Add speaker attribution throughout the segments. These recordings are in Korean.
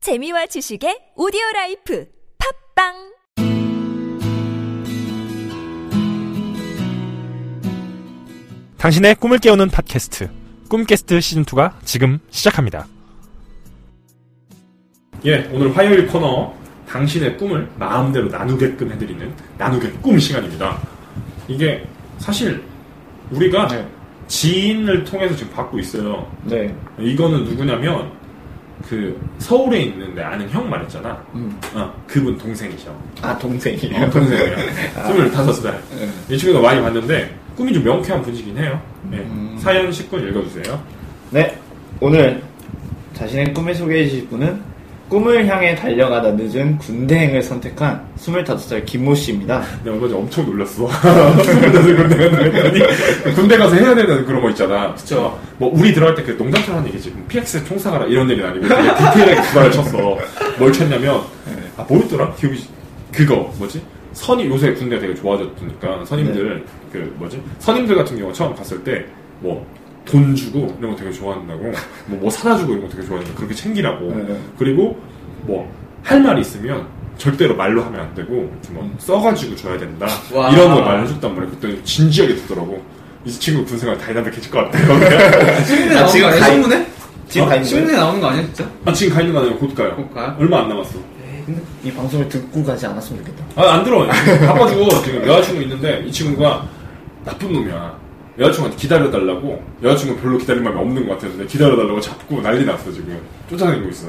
Speaker 1: 재미와 지식의 오디오 라이프 팝빵
Speaker 2: 당신의 꿈을 깨우는 팟캐스트 꿈캐스트 시즌2가 지금 시작합니다 예 오늘 화요일 코너 당신의 꿈을 마음대로 나누게끔 해드리는 나누게 꿈 시간입니다 이게 사실 우리가
Speaker 3: 네.
Speaker 2: 지인을 통해서 지금 받고 있어요
Speaker 3: 네.
Speaker 2: 이거는 누구냐면 그 서울에 있는 내 아는 형 말했잖아
Speaker 3: 음.
Speaker 2: 어, 그분 동생이셔
Speaker 3: 아 동생이에요. 아.
Speaker 2: 어, 동생이야. 25살
Speaker 3: 네.
Speaker 2: 이 친구가 많이 봤는데 꿈이 좀 명쾌한 분이긴 해요. 네.
Speaker 3: 음.
Speaker 2: 사연 10분 읽어주세요.
Speaker 3: 네. 오늘 자신의 꿈을 소개해 주실 분은 꿈을 향해 달려가다 늦은 군대행을 선택한 25살 김모 씨입니다.
Speaker 2: 근데 얼마 전에 엄청 놀랐어. 군대 가서 군대 가서 했더니 군대 가서 해야 되는 그런 거 있잖아. 그쵸. 뭐 우리 들어갈 때 그 농담처럼 하는 얘기지. PX 총사가라 이런 얘기는 아니고 되게 디테일하게 구발을 쳤어. 뭘 쳤냐면 아 뭐였더라? 기억이 그거 뭐지? 선임 요새 군대가 되게 좋아졌으니까 선임들 그 뭐지? 선임들 같은 경우 처음 갔을 때뭐 돈 주고 이런 거 되게 좋아한다고 뭐, 뭐 사다 주고 이런 거 되게 좋아한다고 그렇게 챙기라고
Speaker 3: 네.
Speaker 2: 그리고 뭐 할 말이 있으면 절대로 말로 하면 안 되고 이렇게 뭐 써가지고 줘야 된다
Speaker 3: 와.
Speaker 2: 이런 걸 말해줬단 말이에요 그때 진지하게 듣더라고 이 친구 군생활 다이나믹해질 것 같아요
Speaker 4: 신문에
Speaker 3: 아,
Speaker 4: 나오는
Speaker 3: 지금
Speaker 4: 거 아니야?
Speaker 3: 가입- 네.
Speaker 4: 신문에?
Speaker 3: 지금
Speaker 2: 어?
Speaker 3: 가 있는
Speaker 4: 신문에 나오는 거 아니야 진짜?
Speaker 2: 아 지금 가 있는 거 아니에요 곧 가요
Speaker 4: 곧 가요?
Speaker 2: 얼마 안 남았어
Speaker 3: 이 방송을 듣고 가지 않았으면 좋겠다.
Speaker 2: 아, 안 들어. 바빠주고 지금 여자친구 있는데 이 친구가 나쁜 놈이야. 여자친구한테 기다려달라고 여자친구 별로 기다릴 마음이 없는 것 같았는데 기다려달라고 잡고 난리 났어 지금 쫓아다니고 있어.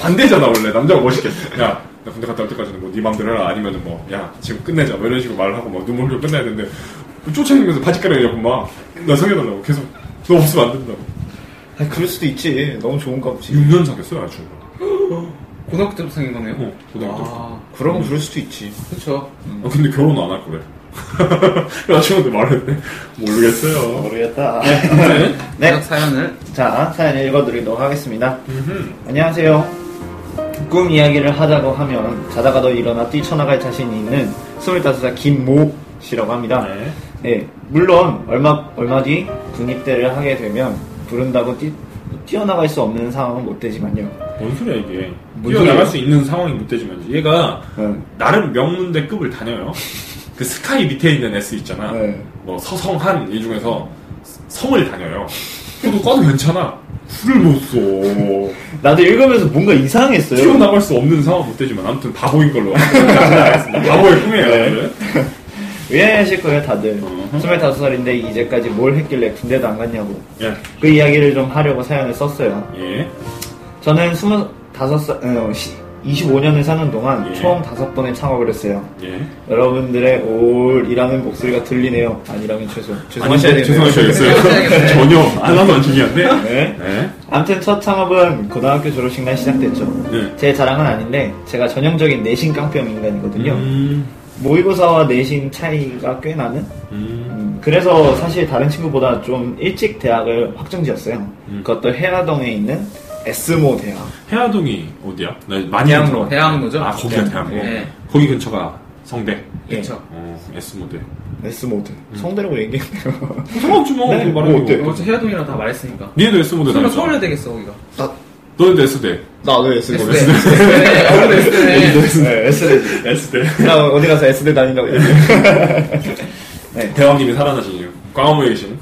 Speaker 2: 반대잖아 원래 남자가 멋있겠어. 야. 나 군대 갔다 올 때까지는 뭐네 맘대로 해라 아니면은 뭐야 지금 끝내자 뭐 이런 식으로 말을 하고 막 눈물 흘려 끝내야 되는데 뭐 쫓아다니면서 바지가랑 이러고 막나 사귀어달라고 계속 너 없으면 안 된다고
Speaker 3: 아 그럴 수도 있지. 너무 좋은가 보지.
Speaker 2: 6년 사귀었어요 아주
Speaker 4: 고등학교 때부터 사귄 거네요.
Speaker 2: 어 고등학교 때
Speaker 4: 아,
Speaker 3: 그러면 그럴 수도 있지.
Speaker 4: 그렇죠.
Speaker 2: 아, 근데 결혼 안 할 거래. 여자친구한테 말했네. 모르겠어요.
Speaker 3: 모르겠다.
Speaker 4: 네.
Speaker 3: 네.
Speaker 4: 각 사연을
Speaker 3: 자, 사연을 읽어드리도록 하겠습니다. 안녕하세요. 꿈 이야기를 하자고 하면 자다가도 일어나 뛰쳐나갈 자신이 있는 25살 김모 씨라고 합니다.
Speaker 2: 네.
Speaker 3: 네, 물론 얼마 얼마 뒤 군입대를 하게 되면 부른다고 뛰, 뛰어나갈 수 없는 상황은 못 되지만요.
Speaker 2: 뭔 소리야 이게.
Speaker 3: 뭔
Speaker 2: 뛰어나갈
Speaker 3: 소리야?
Speaker 2: 수 있는 상황이 못 되지만 얘가
Speaker 3: 응.
Speaker 2: 나름 명문대 급을 다녀요. 그 스카이 밑에 있는 S 있잖아.
Speaker 3: 네.
Speaker 2: 뭐 서성한 이 중에서 성을 다녀요. 그래도 꺼도 괜찮아. 술을 못 써.
Speaker 3: 나도 읽으면서 뭔가 이상했어요.
Speaker 2: 튀어나갈 수 없는 상황 못 되지만 아무튼 바보인 걸로 알겠습니다. 바보의 꿈이에요.
Speaker 3: 네.
Speaker 2: 여러분들.
Speaker 3: 왜 하실 거예요, 다들?
Speaker 2: 어허.
Speaker 3: 25살인데 이제까지 뭘 했길래 군대도 안 갔냐고.
Speaker 2: 예.
Speaker 3: 그 이야기를 좀 하려고 사연을 썼어요.
Speaker 2: 예.
Speaker 3: 저는 25살, 어, 25년을 사는 동안
Speaker 2: 예.
Speaker 3: 총 5번의 창업을 했어요.
Speaker 2: 예.
Speaker 3: 여러분들의 올이라는 목소리가 들리네요. 아니라면 죄송. 죄송하셔야
Speaker 2: 아니,
Speaker 3: 되네요.
Speaker 2: 죄송하셔야겠어요. 전혀 안 하면 중요한데.
Speaker 3: 네.
Speaker 2: 네.
Speaker 3: 암튼 첫 창업은 고등학교 졸업식 날 시작됐죠.
Speaker 2: 네.
Speaker 3: 제 자랑은 아닌데 제가 전형적인 내신 깡패형 인간이거든요.
Speaker 2: 음.
Speaker 3: 모의고사와 내신 차이가 꽤 나는.
Speaker 2: 음.
Speaker 3: 음, 그래서 사실 다른 친구보다 좀 일찍 대학을 확정지었어요.
Speaker 2: 음.
Speaker 3: 그것도 해라동에 있는 에스모 대학.
Speaker 2: 해화동이 어디야? 나 많이
Speaker 3: 대학로.
Speaker 4: 대학로죠.
Speaker 2: 아 거기가
Speaker 3: 대학로.
Speaker 2: 대학로.
Speaker 4: 예.
Speaker 2: 거기 근처가 성대.
Speaker 3: 예,
Speaker 4: 그렇죠.
Speaker 2: 어 S 모델.
Speaker 3: S 모드. 성대라고 얘기했네요.
Speaker 2: 상관없지 뭐.
Speaker 3: 네,
Speaker 2: 그 말하는
Speaker 3: 뭐
Speaker 2: 거.
Speaker 3: 어때?
Speaker 4: 어제 헤어동이랑 다 말했으니까.
Speaker 2: 니네도 S 모델
Speaker 4: 서울
Speaker 2: 다녔어.
Speaker 4: 서울에 되겠어 거기가. 네.
Speaker 3: 나,
Speaker 2: 너네도 S 대.
Speaker 3: 나도 S
Speaker 4: S
Speaker 3: 모드.
Speaker 4: 대. S 대.
Speaker 3: 네, S 대.
Speaker 2: S 대.
Speaker 3: 나 어디 가서 S 대 다닌다고 얘기해.
Speaker 2: 대왕님이 살아나신 이유. 광화문에 계신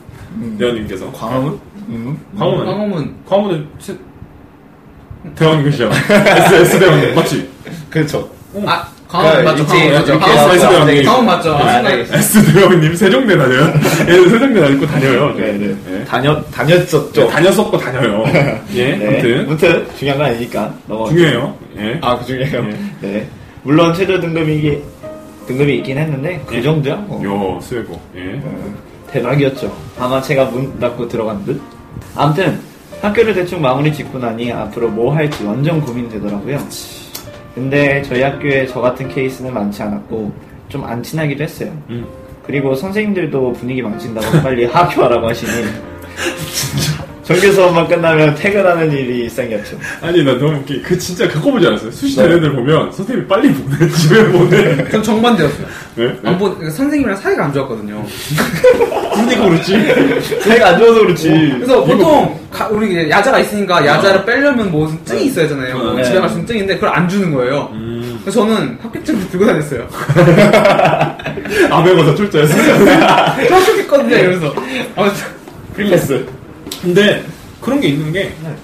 Speaker 2: 대왕님께서.
Speaker 3: 광화문? 음.
Speaker 2: 광화문. 아니야?
Speaker 4: 황호문
Speaker 2: 광화문에 세... 대왕님 계시잖아. S S 대왕님 맞지?
Speaker 3: 그렇죠.
Speaker 4: 아 강원 맞죠?
Speaker 3: 있지,
Speaker 4: 강원 맞죠?
Speaker 3: 그러니까 이렇게
Speaker 4: 강원
Speaker 2: 해서
Speaker 4: 맞죠?
Speaker 2: 대학이-
Speaker 4: 강원 맞죠?
Speaker 3: 아,
Speaker 4: 순간-
Speaker 3: 알겠어.
Speaker 2: S 대왕님 세종대 다녀요. 얘는 세종대 다니고 다녀요.
Speaker 3: 네네.
Speaker 2: 네.
Speaker 3: 다녔, 다녔었죠.
Speaker 2: 네, 다녔었고 다녀요. 예.
Speaker 3: 네.
Speaker 2: 아무튼
Speaker 3: 아무튼 중요한 건 아니니까. 넘어가
Speaker 2: 중요해요. 예.
Speaker 3: 아, 그 중요해요.
Speaker 2: 예.
Speaker 3: 네. 물론 최저 등급이, 등급이 있긴 했는데, 그
Speaker 2: 예.
Speaker 3: 정도야, 뭐.
Speaker 2: 요 스웨고. 예.
Speaker 3: 음, 대박이었죠. 아마 제가 문 닫고 들어간 듯? 아무튼, 학교를 대충 마무리 짓고 나니 앞으로 뭐 할지 완전 고민되더라고요. 근데 저희 학교에 저 같은 케이스는 많지 않았고, 좀 안 친하기도 했어요.
Speaker 2: 음.
Speaker 3: 그리고 선생님들도 분위기 망친다고 빨리 학교 하라고 하시니 정규 수업만 끝나면 퇴근하는 일이 생겼죠.
Speaker 2: 아니 나 너무 웃기. 그 진짜 갖고 보지 않았어요. 수시 되는
Speaker 4: 네.
Speaker 2: 애들 보면 선생님이 빨리 보내 집에 보내. 네?
Speaker 4: 전 정반대였어요.
Speaker 2: 네?
Speaker 4: 안 본, 그러니까 선생님이랑 사이가 안 좋았거든요.
Speaker 2: 그러니까 그렇지.
Speaker 3: 사이가 안 좋아서 그렇지.
Speaker 4: 어, 그래서 보통 가- 우리 이제 야자가 있으니까
Speaker 3: 어.
Speaker 4: 야자를 빼려면 무슨
Speaker 3: 네.
Speaker 4: 증이 있어야 하잖아요.
Speaker 2: 어.
Speaker 4: 뭐 집에 갈 수 있는 증인데 그걸 안 주는 거예요.
Speaker 3: 음.
Speaker 4: 그래서 저는 합격증도 들고 다녔어요.
Speaker 2: 아베고사 출자했어.
Speaker 4: 저 합격했거든요. 이러면서. 아무튼
Speaker 2: 프리패스. 근데 그런 게 있는 게
Speaker 3: 네.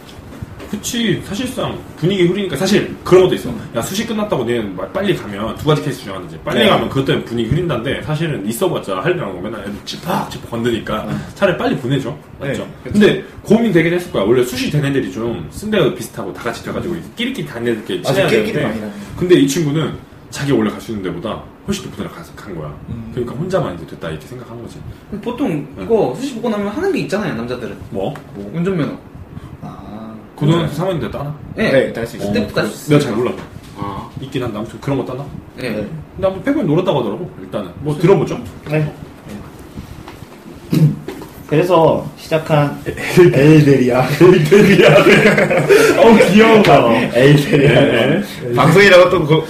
Speaker 2: 그치 사실상 분위기 흐리니까 사실 그런 것도 있어 야 수시 끝났다고 내는 말 빨리 가면 두 가지 케이스 중 하나지 빨리
Speaker 3: 네.
Speaker 2: 가면 그것 때문에 분위기 흐린다는데 사실은 있어봤자 할리라는 거 맨날 애들 찌팍찌팍 건드니까 차라리 빨리 보내죠 맞죠
Speaker 3: 네,
Speaker 2: 근데 고민 되긴 했을 거야 원래 수시 된 애들이 좀 쓴데가 비슷하고 다 같이 돼가지고 끼리끼리 다니는 애들끼리
Speaker 3: 음. 맞아,
Speaker 2: 친해야
Speaker 3: 끼리끼리 많이
Speaker 2: 되는데
Speaker 3: 다녀요.
Speaker 2: 근데 이 친구는 자기 원래 갈 수 있는 데보다 훨씬 높은 데를 가서 간 거야
Speaker 3: 음.
Speaker 2: 그러니까 혼자만 이제 됐다 이렇게 생각한 거지
Speaker 4: 보통 그거 수시 보고 나면 하는 게 있잖아요. 남자들은.
Speaker 2: 뭐?
Speaker 4: 운전면허.
Speaker 3: 아,
Speaker 2: 고등학교 3학년 때 따나?
Speaker 4: 예.
Speaker 3: 네, 다시.
Speaker 4: 그때부터
Speaker 2: 어, 내가 어, 잘 몰라. 있긴 한데 아무튼 그런 거 따나?
Speaker 4: 예.
Speaker 3: 네.
Speaker 2: 근데 아무튼 패고이 놀았다고 하더라고 일단은 뭐 들어보죠
Speaker 3: 네. 그래서 시작한 엘데리아. 엘데리아.
Speaker 2: 어우 귀여워
Speaker 3: 엘데리아. 네, 방송이라고 또그 고-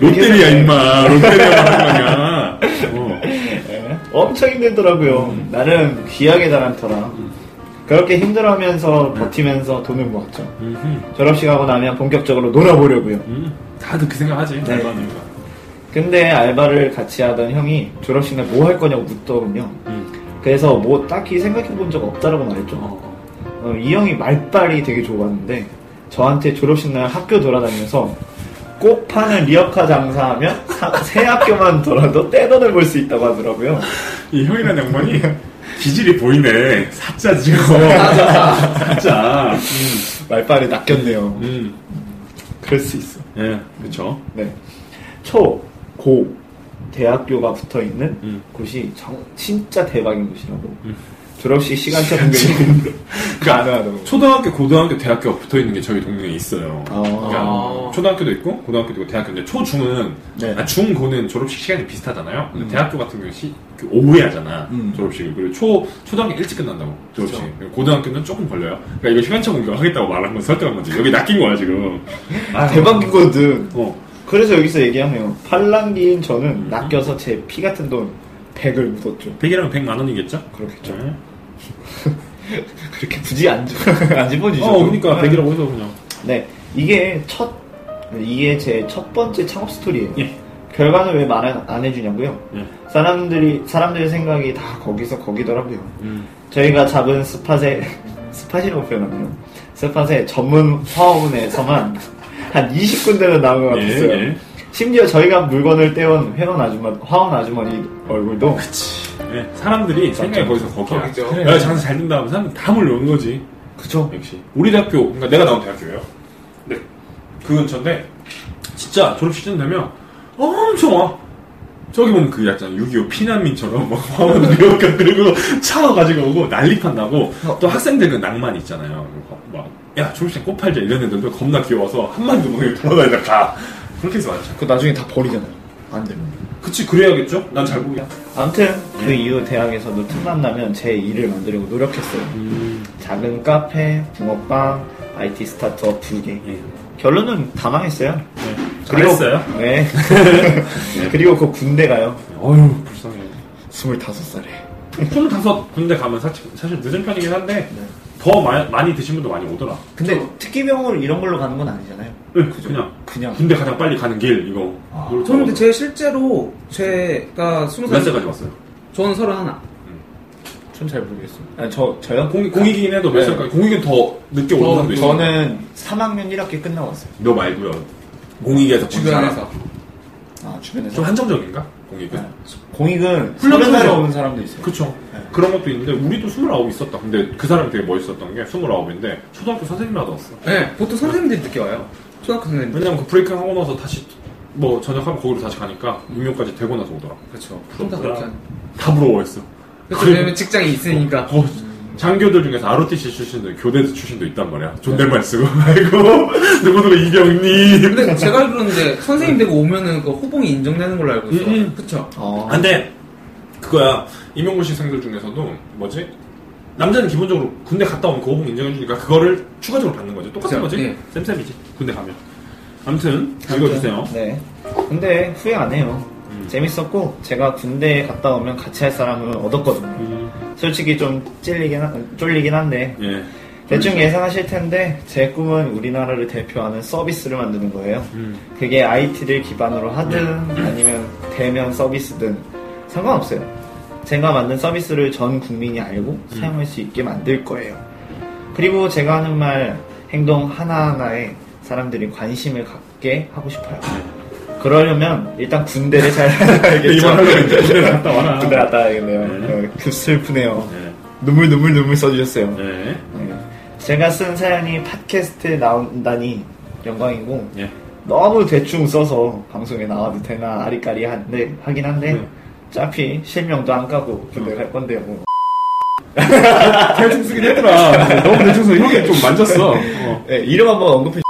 Speaker 2: 롯데리아 임마 롯데리아 하는 거냐 어.
Speaker 3: 엄청 힘들더라고요. 나름 귀하게 자란 터라. 그렇게 힘들어하면서 버티면서 돈을 모았죠.
Speaker 2: 음,
Speaker 3: 졸업식하고 나면 본격적으로 놀아보려고요.
Speaker 2: 음. 다들 그 생각하지
Speaker 3: 네.
Speaker 2: 그러니까.
Speaker 3: 근데 알바를 같이 하던 형이 졸업식 날 뭐 할 거냐고 묻더군요.
Speaker 2: 음.
Speaker 3: 그래서 뭐 딱히 생각해 본 적 없다라고 말했죠. 어, 이 형이 말빨이 되게 좋았는데 저한테 졸업식 날 학교 돌아다니면서 꼭 파는 리어카 장사하면 사- 새 학교만 돌아도 떼돈을 볼 수 있다고 하더라고요.
Speaker 2: 이 형이라는 양반이 기질이 보이네 사짜 지금 음. 사짜
Speaker 3: 말빨이 낚였네요.
Speaker 2: 음.
Speaker 3: 그럴 수 있어.
Speaker 2: 예 그쵸
Speaker 3: 네. 초, 고, 대학교가 붙어 있는
Speaker 2: 음.
Speaker 3: 곳이 정- 진짜 대박인 곳이라고.
Speaker 2: 음.
Speaker 3: 졸업식 시간차 공개 가능하다고.
Speaker 2: 초등학교, 고등학교, 대학교가 붙어 있는 게 저희 동네에 있어요.
Speaker 3: 아.
Speaker 2: 그러니까 초등학교도 있고 고등학교도 있고 대학교인데 초중은
Speaker 3: 네.
Speaker 2: 아, 중고는 졸업식 시간이 비슷하잖아요. 근데 대학교 같은 경우 시, 그 오후에 하잖아
Speaker 3: 음.
Speaker 2: 졸업식을 그리고 초 초등학교 일찍 끝난다고 졸업식. 고등학교는 조금 걸려요. 그러니까 이거 시간차 공격하겠다고 말한 건 설득한 건지 여기 낚인 거야 지금.
Speaker 3: 아,
Speaker 2: 아.
Speaker 3: 네. 대박이거든.
Speaker 2: 어.
Speaker 3: 그래서 여기서 얘기하면 팔랑귀인
Speaker 2: 음.
Speaker 3: 저는 낚여서 제 피 같은 돈 100을 묻었죠.
Speaker 2: 100이라면 100만 원이겠죠?
Speaker 3: 그렇겠죠.
Speaker 2: 네.
Speaker 3: 그렇게 굳이 안, 주- 안 집어주죠.
Speaker 2: 아. 어, 그러니까 100이라고 해서 그냥.
Speaker 3: 네. 이게 첫, 이게 제 첫 번째 창업 스토리예요.
Speaker 2: 예.
Speaker 3: 결과는 왜 말 안 해주냐고요?
Speaker 2: 예.
Speaker 3: 사람들이, 사람들의 생각이 다 거기서 거기더라고요.
Speaker 2: 음.
Speaker 3: 저희가 잡은 스팟에, 스팟이라고 표현하네요. 스팟에 전문 화원에서만 한 20군데는 나온 것
Speaker 2: 예,
Speaker 3: 같았어요.
Speaker 2: 예.
Speaker 3: 심지어 저희가 물건을 떼온 회원 아주머, 화원 아주머니 얼굴도
Speaker 2: 예. 사람들이 생각이 거기서 거기야.
Speaker 4: 거기죠.
Speaker 2: 야, 장사 잘 된다 하면 사람들 다 몰려오는 거지.
Speaker 3: 그쵸?
Speaker 2: 역시 우리 대학교 그러니까 내가 나온 대학교예요. 근데 그 근처인데 진짜 졸업 시즌 되면 엄청 와. 저기 보면 그 약간 6.25 피난민처럼 막 화원 미역가 들고 차 가지고 오고 난립한 나고 또 학생들 그 낭만 있잖아요. 막야 졸업식 꽃 팔자 이런 애들도 겁나 귀여워서 한 마리도 못 돌아다니다 가 그렇게 해서 왔죠.
Speaker 3: 그 나중에 다 버리잖아요. 안 되면.
Speaker 2: 그치 그래야겠죠? 난 잘 모르겠.
Speaker 3: 아무튼 그 이후 대학에서도 틈만 나면 제 일을 만들려고 노력했어요.
Speaker 2: 음,
Speaker 3: 작은 카페, 붕어빵, IT 스타트업 두 개.
Speaker 2: 예.
Speaker 3: 결론은 다 망했어요.
Speaker 2: 네. 잘했어요.
Speaker 3: 네. 그리고 그 군대 가요.
Speaker 2: 어휴 불쌍해.
Speaker 3: 25살에.
Speaker 2: 25 어, 군대 가면 사, 사실 늦은 편이긴 한데 더 마, 많이 드신 분도 많이 오더라.
Speaker 3: 근데 특기병으로 이런 걸로 가는 건 아니잖아요.
Speaker 2: 네, 그냥
Speaker 3: 그냥.
Speaker 2: 군대 가장 빨리 가는 길 이거. 이걸
Speaker 4: 저는
Speaker 2: 적어서.
Speaker 4: 근데 제 실제로 제가 스무
Speaker 2: 몇
Speaker 4: 살
Speaker 2: 살까지 왔어요?
Speaker 4: 저는 서른 하나.
Speaker 3: 전 잘 모르겠어요. 아니, 저, 저요?
Speaker 2: 공익 공익이긴 해도 몇
Speaker 3: 네.
Speaker 2: 살까지? 공익은 더 늦게 오는
Speaker 4: 더,
Speaker 2: 사람도 있어.
Speaker 3: 저는 3학년 1학기 끝나고 왔어요.
Speaker 2: 너 말고요. 공익에서
Speaker 4: 주변에서.
Speaker 3: 아,
Speaker 2: 좀
Speaker 3: 주변에서.
Speaker 2: 한정적인가? 공익은.
Speaker 3: 네. 공익은
Speaker 2: 훈련
Speaker 3: 훈련날에
Speaker 2: 선수.
Speaker 3: 오는 사람도 있어요.
Speaker 2: 그쵸. 그런 것도 있는데 우리도 29 있었다. 근데 그 사람이 되게 멋있었던 게 29인데 초등학교 선생님이라도 왔어.
Speaker 4: 예. 보통 선생님들이 늦게 와요. 초등학교 선생님들.
Speaker 2: 왜냐면 그 브레이크 하고 나서 다시 뭐 저녁하면 거기로 다시 가니까 임용까지 되고 나서 오더라.
Speaker 4: 그렇죠. 보통 다 그렇게 하는.
Speaker 2: 다 부러워했어.
Speaker 4: 그렇죠. 왜냐면 직장이 있으니까.
Speaker 2: 어, 장교들 중에서 ROTC 출신도 교대 출신도 있단 말이야. 존댓말 쓰고 아이고 누구누구 이경님.
Speaker 4: 근데 제가 알기로는 이제 선생님 되고 오면은 그 호봉이 인정되는 걸로 알고 있어요.
Speaker 2: 음, 음.
Speaker 4: 그쵸.
Speaker 3: 어.
Speaker 2: 근데 그거야 임용고시생들 중에서도 뭐지 남자는 기본적으로 군대 갔다 온 거호봉 인정해주니까 그거를 추가적으로 받는 거죠. 네. 똑같은
Speaker 4: 그렇죠.
Speaker 2: 거지?
Speaker 4: 예.
Speaker 2: 쌤쌤이지. 군대 가면. 아무튼 읽어주세요. 음.
Speaker 3: 네. 근데 후회 안 해요. 재밌었고 제가 군대 갔다 오면 같이 할 사람을 얻었거든요.
Speaker 2: 음,
Speaker 3: 솔직히 좀 찔리긴 하- 쫄리긴 한데
Speaker 2: 예.
Speaker 3: 대충 예상하실 텐데 제 꿈은 우리나라를 대표하는 서비스를 만드는 거예요.
Speaker 2: 음.
Speaker 3: 그게 IT를 기반으로 하든 아니면 대면 서비스든 상관없어요. 제가 만든 서비스를 전 국민이 알고
Speaker 2: 음.
Speaker 3: 사용할 수 있게 만들 거예요. 그리고 제가 하는 말, 행동 하나하나에 사람들이 관심을 갖게 하고 싶어요. 그러려면 일단 군대를 잘
Speaker 2: 이번
Speaker 3: 알겠죠.
Speaker 2: 하려고 이제 군대 갔다 와라.
Speaker 3: 군대 갔다 와야겠네요.
Speaker 2: 네.
Speaker 3: 어, 그 슬프네요.
Speaker 2: 예.
Speaker 3: 눈물 눈물 눈물 써주셨어요.
Speaker 2: 예.
Speaker 3: 네. 제가 쓴 사연이 팟캐스트에 나온다니 영광이고
Speaker 2: 예.
Speaker 3: 너무 대충 써서 방송에 나와도 되나 아리까리 한데 하긴 한데
Speaker 2: 네.
Speaker 3: 어차피 실명도 안 까고 군대 갈 건데 뭐
Speaker 2: 대충 쓰긴 했더라. 네. 너무 대충 써. 형이 좀 만졌어. 어.
Speaker 3: 네, 이름 한번 언급해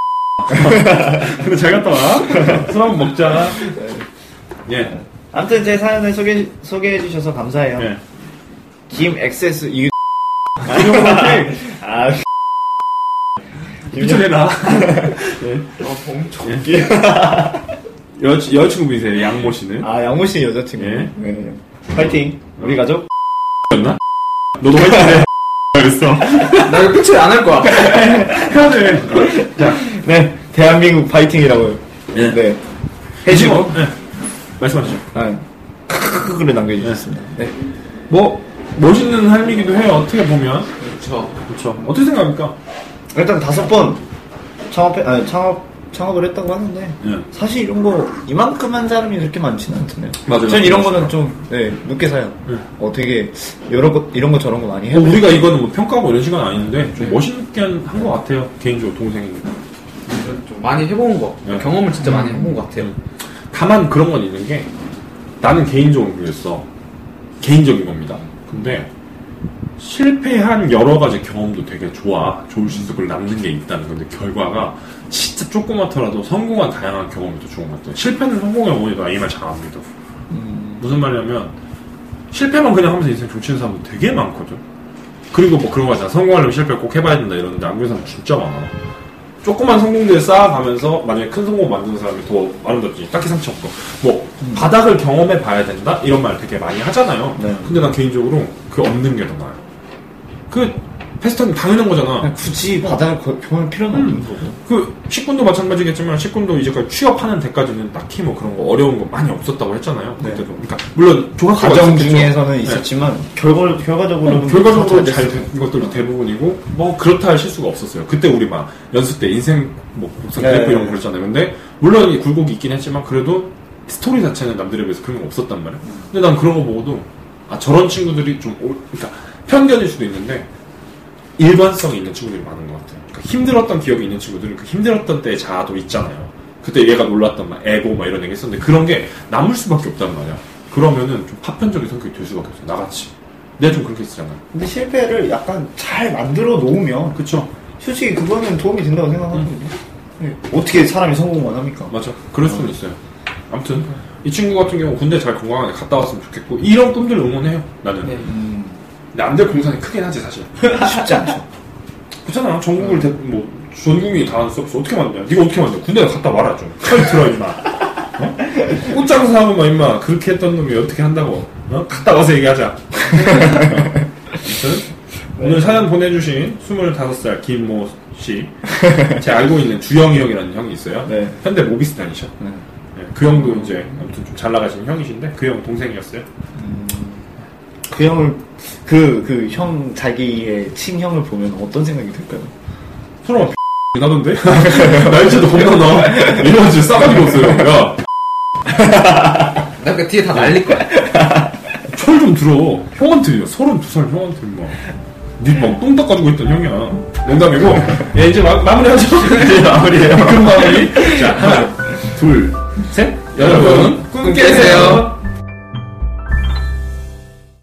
Speaker 2: 근데 잘 갔다 와. 술 한번 먹자. 예.
Speaker 3: 아무튼 제 사연을 소개, 소개해 주셔서 감사해요
Speaker 2: 예.
Speaker 3: 김 XS 이 네. 아니 뭐, 아
Speaker 2: 미쳐내라. 예.
Speaker 4: 아, 엄청.
Speaker 2: 여, 여자친구분이세요, 양모 씨는.
Speaker 3: 아 양모 씨 여자친구
Speaker 2: 예.
Speaker 3: 네. 파이팅 우리 가족
Speaker 2: 였나? 너도 화이팅 해. 그랬어.
Speaker 4: 나 이거 삐칠 안할 거야.
Speaker 2: 편해.
Speaker 3: 네 대한민국 파이팅이라고요
Speaker 2: 예.
Speaker 3: 네 해주고
Speaker 2: 예. 말씀하시죠.
Speaker 3: 아, 크크크를 남겨주셨습니다. 네.
Speaker 2: 뭐, 멋있는 삶이기도 해요, 어떻게 보면.
Speaker 4: 그렇죠.
Speaker 2: 그렇죠. 어떻게 생각합니까?
Speaker 3: 일단 다섯 번 창업해, 아니, 창업, 창업을 했다고 하는데,
Speaker 2: 예.
Speaker 3: 사실 이런 거, 이만큼 한 사람이 그렇게 많지는 않던데요.
Speaker 2: 맞아요.
Speaker 3: 전 이런 거는 좀, 네, 늦게 사요.
Speaker 2: 네.
Speaker 3: 어, 되게, 여러 거, 이런 거 저런 거 많이 해요.
Speaker 2: 뭐 우리가 이거는 뭐 평가하고 이런 시간 아닌데, 좀 멋있게 한 것 같아요, 개인적으로, 동생이니까.
Speaker 4: 좀 많이 해본 거.
Speaker 2: 네.
Speaker 4: 경험을 진짜 많이 해본 것 같아요.
Speaker 2: 다만 그런 건 있는 게 나는 개인적으로 그랬어. 개인적인 겁니다. 근데 실패한 여러 가지 경험도 되게 좋아. 좋을 수 있을 걸 남는 게 있다는 건데 결과가 진짜 조그맣더라도 성공한 다양한 경험이 더 좋은 것 같아요. 실패는 성공의 어머니도 이말 잘합니다. 무슨 말이냐면 실패만 그냥 하면서 인생 종치는 사람도 되게 많거든. 그리고 뭐 그런 거 있잖아. 성공하려면 실패 꼭 해봐야 된다 이러는데 안 그런 사람 진짜 많아. 조그만 성공들을 쌓아가면서 만약에 큰 성공 만드는 사람이 더 아름답지 딱히 상처 없고 뭐 바닥을 경험해 봐야 된다 이런 말 되게 많이 하잖아요
Speaker 3: 네.
Speaker 2: 근데 난 개인적으로 그 없는 게 더 나아요 그 패스턴 당연한 거잖아
Speaker 3: 그냥 굳이 바다를 거- 경험할 필요는 없는 거고.
Speaker 2: 그 식군도 마찬가지겠지만 식군도 이제까지 그 취업하는 데까지는 딱히 뭐 그런 거 어려운 거 많이 없었다고 했잖아요
Speaker 3: 네.
Speaker 2: 그때도 그러니까 물론 조각
Speaker 3: 과정 중에서는 있었지만, 결과, 결과적으로는.
Speaker 2: 예. 어, 결과적으로
Speaker 3: 다
Speaker 2: 잘
Speaker 3: 됐어요.
Speaker 2: 된 것들도 대부분이고 뭐 그렇다 할 실수가 없었어요. 그때 우리 막 연습 때 인생 뭐 곡선
Speaker 3: 네.
Speaker 2: 그래프 이런 거 그랬잖아요. 근데 물론 이 굴곡이 있긴 했지만 그래도 스토리 자체는 남들에 비해서 그런 건 없었단 말이에요. 근데 난 그런 거 보고도 아 저런 친구들이 좀 올- 그러니까 편견일 수도 있는데 일관성이 있는 친구들이 많은 것 같아요. 그러니까 힘들었던 기억이 있는 친구들은 그 힘들었던 때의 자아도 있잖아요. 그때 얘가 놀랐던 막 에고 막 이런 얘기 했었는데 그런 게 남을 수밖에 없단 말이야. 그러면은 좀 파편적인 성격이 될 수밖에 없어요. 나같이. 내가 좀 그렇게 쓰잖아.
Speaker 3: 근데 실패를 약간 잘 만들어 놓으면,
Speaker 2: 그쵸.
Speaker 3: 솔직히 그거는 도움이 된다고 생각하거든요. 네. 어떻게 사람이 성공만 합니까?
Speaker 2: 음. 맞아. 그럴 수는 있어요. 아무튼, 이 친구 같은 경우 군대 잘 건강하게 갔다 왔으면 좋겠고, 이런 꿈들 응원해요, 나는.
Speaker 4: 네.
Speaker 3: 음,
Speaker 2: 근데 안 될 공산이 크긴 하지, 사실.
Speaker 3: 쉽지 않죠.
Speaker 2: 그렇잖아. 전국을, 대, 뭐, 전국민이 다 하는 서비스 어떻게 만드냐. 니가 어떻게 만드냐. 군대 갔다 와라, 좀. 칼 들어, 임마. 어? 꽃장사 하고, 막, 임마. 그렇게 했던 놈이 어떻게 한다고. 어? 갔다 와서 얘기하자. 아무튼,
Speaker 3: 네.
Speaker 2: 오늘 사연 보내주신 25살 김모 씨. 제가 알고 있는 주영이 형이라는 형이 있어요.
Speaker 3: 네.
Speaker 2: 현대 모비스 다니셔.
Speaker 3: 네.
Speaker 2: 예, 그 형도 이제 아무튼 좀 잘 나가시는 형이신데 그 형 동생이었어요.
Speaker 3: 그 형을 그 그 형 자기의 친형을 보면 어떤 생각이 들까요?
Speaker 2: 서로 막 나던데? 날짜도 겁나 나. 이런 지 싸가지고 없어요. 야,
Speaker 4: 나 그 뒤에 다 날릴 거야.
Speaker 2: 철 좀 들어. 형한테 서른 두살 형한테 막. 니막똥 닦아주고 있던 형이야. 농담이고. 예, 이제 마, 마무리하죠. 이제 마무리해요. 그 마무리. 자, 하나, 둘, 셋. 여러분,
Speaker 4: 꿈 깨세요.